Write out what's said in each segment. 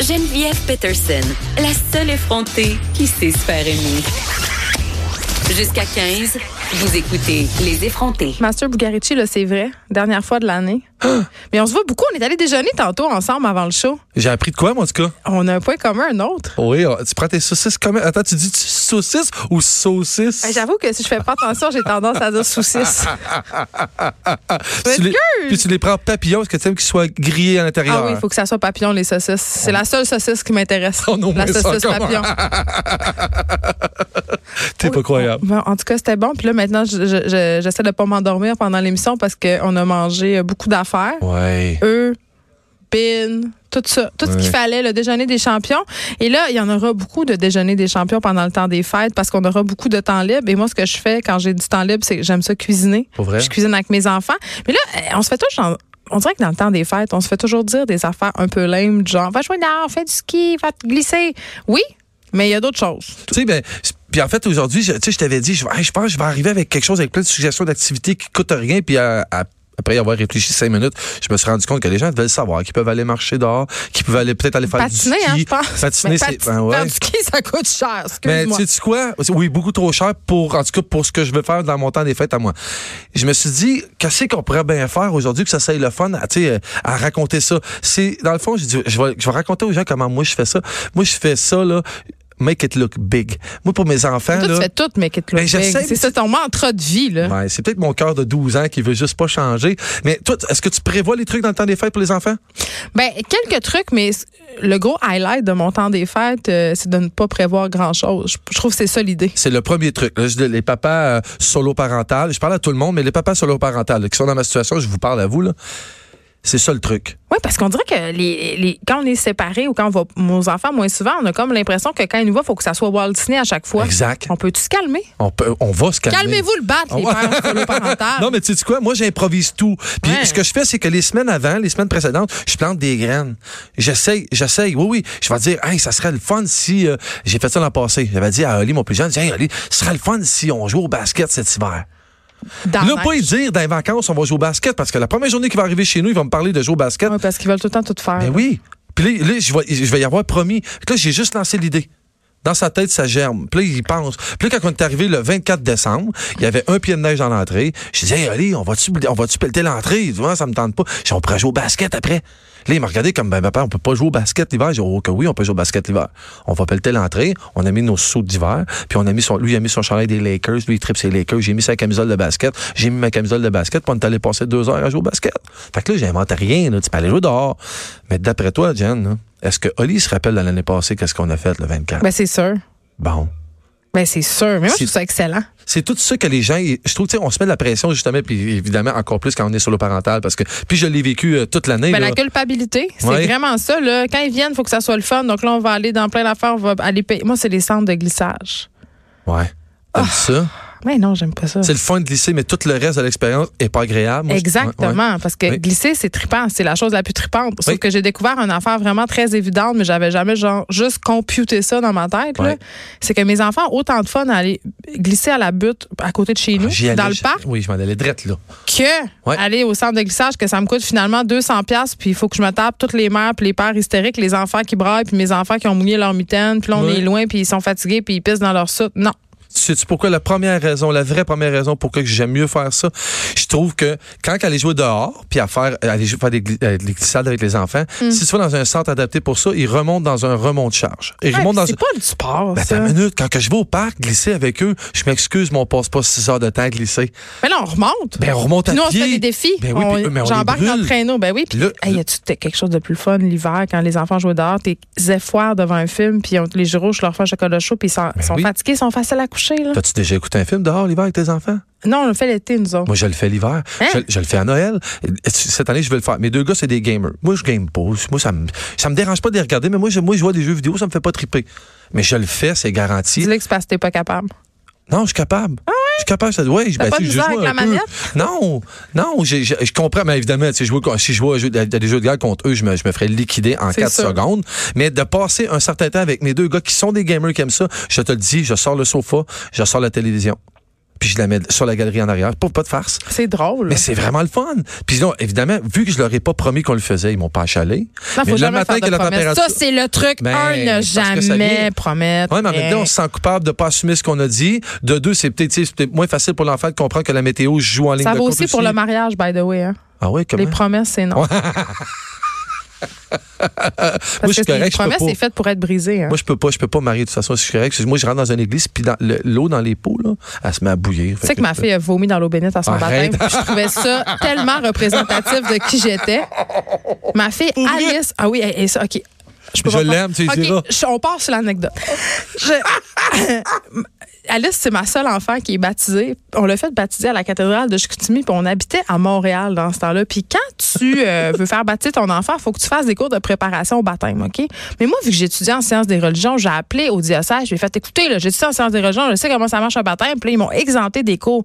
Geneviève Peterson, la seule effrontée qui sait se faire aimer. Jusqu'à 15, vous écoutez Les effrontés. Master Bugarici, là, c'est vrai. Dernière fois de l'année. Mais on se voit beaucoup. On est allé déjeuner tantôt ensemble avant le show. J'ai appris de quoi, moi, en tout cas? On a un point commun, un autre. Oui, euh, tu prends tes saucisses comme. Attends, tu dis saucisses ou saucisses? Hey, J'avoue que si je fais pas attention, j'ai tendance à dire saucisse. Ah tu les... m'excuse. Puis tu les prends papillons, est-ce que tu aimes qu'ils soient grillés à l'intérieur? Ah oui, il faut que ça soit papillon, les saucisses. C'est la seule saucisse qui m'intéresse. On a au la moins ça saucisse en papillon. commun. T'es pas croyable. Bon, en tout cas, c'était bon. Puis là, maintenant, je- je- je- j'essaie de pas m'endormir pendant l'émission parce qu'on a mangé euh, beaucoup d'affaires. Ouais. œufs, pin, E, tout ça, tout ce qu'il Ouais. fallait, le déjeuner des champions. Et là, il y en aura beaucoup de déjeuner des champions pendant le temps des fêtes parce qu'on aura beaucoup de temps libre. Et moi, ce que je fais quand j'ai du temps libre, c'est que j'aime ça cuisiner. Pour vrai? Je cuisine avec mes enfants. Mais là, euh, on se fait toujours. dans- on dirait que dans le temps des fêtes, on se fait toujours dire des affaires un peu lame, du genre va jouer dehors, fais du ski, va te glisser. Oui, mais il y a d'autres choses. Tu sais, ben, c'est- puis en fait, aujourd'hui, je- tu sais, je t'avais dit, je, hey, je pense que je vais arriver avec quelque chose, avec plein de suggestions d'activités qui coûtent rien, puis à- à- après y avoir réfléchi cinq minutes, je me suis rendu compte que les gens devaient le savoir, qu'ils peuvent aller marcher dehors, qu'ils peuvent aller peut-être aller faire Patiner, du ski. hein, je pense. Patiner, Mais c'est. pati- ben ouais. faire du ski, ça coûte cher. Mais Excuse-moi. Ben, tu sais quoi? Oui, beaucoup trop cher pour, en tout cas, pour ce que je veux faire dans mon temps des fêtes à moi. Je me suis dit, qu'est-ce qu'on pourrait bien faire aujourd'hui que ça soit le fun à, tu sais, euh, à raconter ça? C'est, dans le fond, je, dis, je, vais, je vais raconter aux gens comment moi je fais ça. Moi, je fais ça, là, make it look big. Moi, pour mes enfants, Toi, là. tu fais tout, mais quitte le Ben, j'essaie, big. mais C'est ça ton mantra de vie, là. Ouais, c'est peut-être mon cœur de 12 ans qui veut juste pas changer. Mais toi, t- est-ce que tu prévois les trucs dans le temps des fêtes pour les enfants? Ben, quelques trucs, mais c- le gros highlight de mon temps des fêtes, euh, c'est de ne pas prévoir grand-chose. Je, je trouve que c'est ça l'idée. C'est le premier truc. Là, je dis les papas euh, solo parentales, je parle à tout le monde, mais les papas solo parentales qui sont dans ma situation, je vous parle à vous, là. C'est ça le truc. Oui, parce qu'on dirait que les, les- quand on est séparés ou quand on va aux enfants moins souvent, on a comme l'impression que quand ils nous voient, il faut que ça soit Walt Disney à chaque fois. Exact. On peut-tu se calmer? On, peut, on va se calmer. Calmez-vous le battre, les Ah ouais. pères soloparentales. Non, mais tu sais quoi? Moi, j'improvise tout. Puis Ouais. ce que je fais, c'est que les semaines avant, les semaines précédentes, je plante des graines. J'essaye, j'essaye. Oui, oui. Je vais dire, hey, ça serait le fun si. euh, J'ai fait ça l'an passé. J'avais dit à Oli, mon plus jeune, j'ai dit, hey, Oli, ce serait le fun si on joue au basket cet hiver. Dans là, la- pas y dire, dans les vacances, on va jouer au basket parce que la première journée qui va arriver chez nous, ils vont me parler de jouer au basket. Ouais, parce qu'ils veulent tout le temps tout faire. Ben oui. Puis là, là, je vais, je vais y avoir promis. Fait que là, j'ai juste lancé l'idée. Dans sa tête, ça germe. Puis là, il pense. Puis là, quand on est arrivé le 24 décembre, il y avait un pied de neige dans l'entrée. Je disais, hey, allez, on va-tu, on va-tu pelleter l'entrée? Il dit, Ouais, ça me tente pas. Je dis, on pourrait jouer au basket après. Là, il m'a regardé comme, ben, papa, on peut pas jouer au basket l'hiver. J'ai dit, oh, que oui, on peut jouer au basket l'hiver. On va pelleter l'entrée. On a mis nos sauts d'hiver. Puis on a mis son, lui, il a mis son chandail des Lakers. Lui, il tripe ses Lakers. J'ai mis sa camisole de basket. J'ai mis ma camisole de basket. Puis on est allé passer deux heures à jouer au basket. Fait que là, j'invente rien, là. Tu peux aller jouer dehors. Mais d'après toi, Jen, là, est-ce que Oli se rappelle de l'année passée qu'est-ce qu'on a fait le 24? Ben, c'est sûr. Bon. Ben, c'est sûr. Mais moi, je C'est- trouve ça excellent. C'est tout ça que les gens, ils- je trouve, tu sais, on se met de la pression, justement, puis évidemment, encore plus quand on est solo parental, parce que, puis je l'ai vécu euh, toute l'année, Ben, là. la culpabilité, c'est Ouais. vraiment ça. Là. Quand ils viennent, il faut que ça soit le fun. Donc là, on va aller dans plein d'affaires. On va aller payer. Moi, c'est les centres de glissage. Ouais. Ah. T'aimes ça? Mais non, j'aime pas ça. C'est le fun de glisser, mais tout le reste de l'expérience est pas agréable. Moi, je- ouais, ouais. Exactement, parce que Oui. glisser, c'est trippant. C'est la chose la plus trippante. Sauf Oui. que j'ai découvert une affaire vraiment très évidente, mais j'avais jamais genre, juste computé ça dans ma tête. là. Oui. C'est que mes enfants ont autant de fun à aller glisser à la butte à côté de chez nous, Ah, J'y allais, dans le je- parc, Oui, je m'en allais drette, là. que Ouais. aller au centre de glissage, que ça me coûte finalement 200$, piastres, puis il faut que je me tape toutes les mères, puis les pères hystériques, les enfants qui braillent, puis mes enfants qui ont mouillé leur mitaine, puis là, on Oui. est loin, puis ils sont fatigués, puis ils pissent dans leur soute. Non. Sais-tu pourquoi la première raison, la vraie première raison pourquoi que j'aime mieux faire ça? Je trouve que quand aller jouer dehors, puis à faire, aller jouer- faire des, gli- euh, des glissades avec les enfants, Mm. si tu vas dans un centre adapté pour ça, ils remontent dans un remont de charge. Ils Ouais, remontent dans c'est un- pas du sport, Ben, ça. attends une minute, quand que je vais au parc glisser avec eux, je m'excuse, mais on passe pas six heures de temps à glisser. Mais là, on remonte. Ben, on remonte à Puis nous, on pied. se fait des défis. Ben oui, On- puis- mais on les J'embarque dans le brûle. traîneau. Ben oui. Puis, Là, hey, y a-tu t- quelque chose de plus fun l'hiver quand les enfants jouent dehors? T'es effoirs devant un film, puis on- les gyros, je leur fais un chocolat chaud, puis ils sont, sont Ben oui. fatigués, ils sont faciles à coucher. Là. T'as-tu déjà écouté un film dehors l'hiver avec tes enfants? Non, on le fait l'été, nous autres. Moi, je le fais l'hiver. Hein? Je, je le fais à Noël. Cette année, je vais le faire. Mes deux gars, c'est des gamers. Moi, je game pas. Moi, ça me, ça me dérange pas de les regarder, mais moi, je, moi, je vois des jeux vidéo, ça me fait pas triper. Mais je le fais, c'est garanti. Dis-le que c'est parce que t'es pas capable. Non, je suis capable. Je suis capable, ça doit. Ouais, Ah ben, T'as pas de si, je misère joue avec un la peu. manette? Non, non, j'ai- j'ai- je comprends, mais évidemment, tu sais, je vois- si je vois un jeu- à des jeux de guerre contre eux, je me, je me ferais liquider en C'est 4 sûr. secondes. Mais de passer un certain temps avec mes deux gars qui sont des gamers qui aiment ça, je te le dis, je sors le sofa, je sors la télévision. puis je la mets sur la galerie en arrière. Pas, pas de farce. C'est drôle. Mais c'est vraiment le fun. Puis non, évidemment, vu que je leur ai pas promis qu'on le faisait, ils m'ont pas achalé. Non, faut mais le jamais matin faire de que la promesses. température. Ça, c'est le truc. Ben, un, ne parce que ça jamais vient. promettre. Oui, mais en même temps, on se sent coupable de ne pas assumer ce qu'on a dit. De deux, c'est peut-être tu sais, c'est peut-être moins facile pour l'enfant de comprendre que la météo se joue en ligne ça de vaut compte aussi pour le mariage, by the way. hein. Ah oui, comment? Les promesses, c'est non. Moi, Parce je suis que les correct, je peux promesses, pas. c'est fait pour être brisé. hein. Moi, je peux pas, je peux pas marier de toute façon. Je suis correct. Moi, je rentre dans une église, puis dans le- l'eau dans les pots, là, elle se met à bouillir. Tu sais que ma fille a vomi dans l'eau bénite à son Arrête. baptême. puis Je trouvais ça tellement représentatif de qui j'étais. Ma fille Alice, ah oui, elle- elle- ça, ok. peux Je pas- l'aime, tu lui Ok, diras. je- on part sur l'anecdote. Je- Alice, c'est ma seule enfant qui est baptisée. On l'a fait baptiser à la cathédrale de Chicoutimi, puis on habitait à Montréal dans ce temps-là. Puis quand tu euh, veux faire baptiser ton enfant, il faut que tu fasses des cours de préparation au baptême, OK? Mais moi, vu que j'étudiais en sciences des religions, j'ai appelé au diocèse, j'ai fait écoutez, là, j'étudie en sciences des religions, je sais comment ça marche un baptême, puis là, ils m'ont exempté des cours.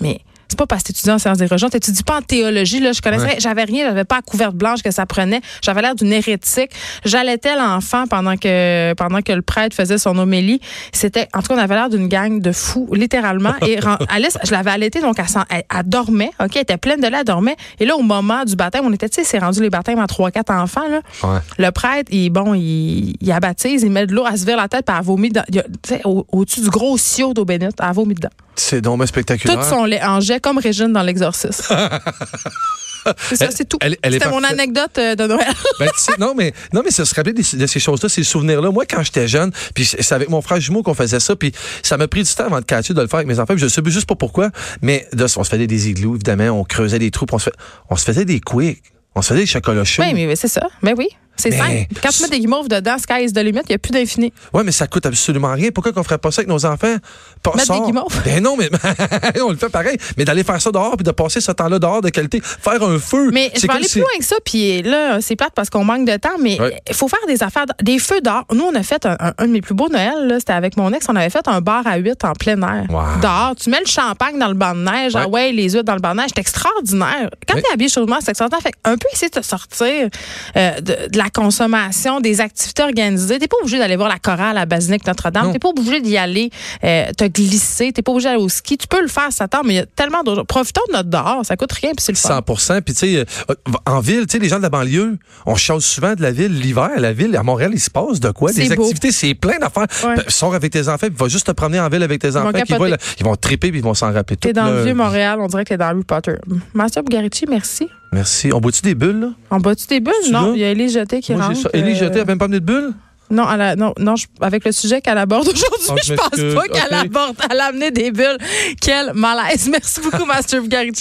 Mais c'est pas parce que t'étudies en sciences des religions, t'étudies pas en théologie, là, je connaissais, j'avais rien, j'avais pas la couverte blanche que ça prenait, j'avais l'air d'une hérétique. J'allaitais l'enfant pendant que, pendant que le prêtre faisait son homélie. C'était, en tout cas, on avait l'air d'une gang de fous, littéralement. Et ren- Alice, je l'avais allaitée, donc elle, s'en- elle- elle dormait, ok, elle était pleine de lait, elle dormait. Et là, au moment du baptême, on était, tu sais, c'est rendu les baptêmes à trois, quatre enfants, là. Ouais. Le prêtre, il, bon, il, il la baptise, il met de l'eau, elle se vire la tête, puis elle vomit dans- il y a- tu sais, au- au-dessus du gros ciot d'eau bénite, elle vomit dedans. C'est donc bien spectaculaire. Toutes sont lait en jet, comme Régine dans L'Exorciste. c'est ça, Elle- c'est tout. elle- elle est C'était mon parfaite. anecdote euh, de Noël. Ben, tu sais, non, mais, non, mais ça se rappeler des- de ces choses-là, ces souvenirs-là. Moi, quand j'étais jeune, puis c'est c'est avec mon frère jumeau qu'on faisait ça, puis ça m'a pris du temps avant de catcher de le faire avec mes enfants. puis Je sais juste pas pourquoi, mais de, on se faisait des igloos, évidemment, on creusait des trous, puis on se, fait- on se faisait des quicks, on se faisait des chocolats chauds. oui, mais mais c'est ça. Mais oui. C'est Mais- simple. Quand tu mets des guimauves dedans, sky is the limit, il n'y a plus d'infini. Ouais, mais ça coûte absolument rien. Pourquoi qu'on ferait pas ça avec nos enfants? Pas Mettre des sort. guimauves. Ben non, mais on le fait pareil. Mais d'aller faire ça dehors puis de passer ce temps-là dehors de qualité, faire un feu. Mais je c'est vais comme aller si- plus loin que ça, puis là, c'est plate parce qu'on manque de temps, mais il Ouais. faut faire des affaires, des feux d'or. Nous, on a fait un, un- un de mes plus beaux Noël, là, c'était avec mon ex, on avait fait un bar à huit en plein air. Wow. Dehors, tu mets le champagne dans le banc de neige, Ouais. ah ouais, les huîtres dans le banc de neige, c'est extraordinaire. Quand Oui. t'es habillé chaudement, c'est extraordinaire. Fait un peu essayer de te sortir euh, de, de la consommation, des activités organisées. T'es pas obligé d'aller voir la chorale à Basilique Notre-Dame, Non. t'es pas obligé d'y aller, euh, te glisser, t'es pas obligé d'aller au ski. Tu peux le faire, ça t'en, mais il y a tellement d'autres. Profitons de notre dehors, ça coûte rien, puis c'est le fun. 100 Puis, tu sais, euh, en ville, tu sais, les gens de la banlieue, on chasse souvent de la ville l'hiver. La ville, à Montréal, il se passe de quoi? C'est Des beau. activités, c'est plein d'affaires. Ouais. Ben, Sors avec tes enfants, puis va juste te promener en ville avec tes vont enfants. puis Ils vont, capoter. ils vont triper puis ils vont s'en rappeler tout. T'es dans le leur vieux vie. Montréal, on dirait que t'es dans Harry Potter. Master Bugarici, merci. Merci. On boit-tu des bulles, là? En bas-tu des bulles? Tu Non, l'as? il y a Élie Jeté qui Moi, rentre. j'ai ça. Élie, euh, Jeté, elle même pas amené de bulles? Non, elle a- non, non je- avec le sujet qu'elle aborde aujourd'hui, Ah, je je pense m'excuse. pas qu'elle Ok. aborde. Elle a amené des bulles. Quel malaise. Merci beaucoup, Master Bugarici.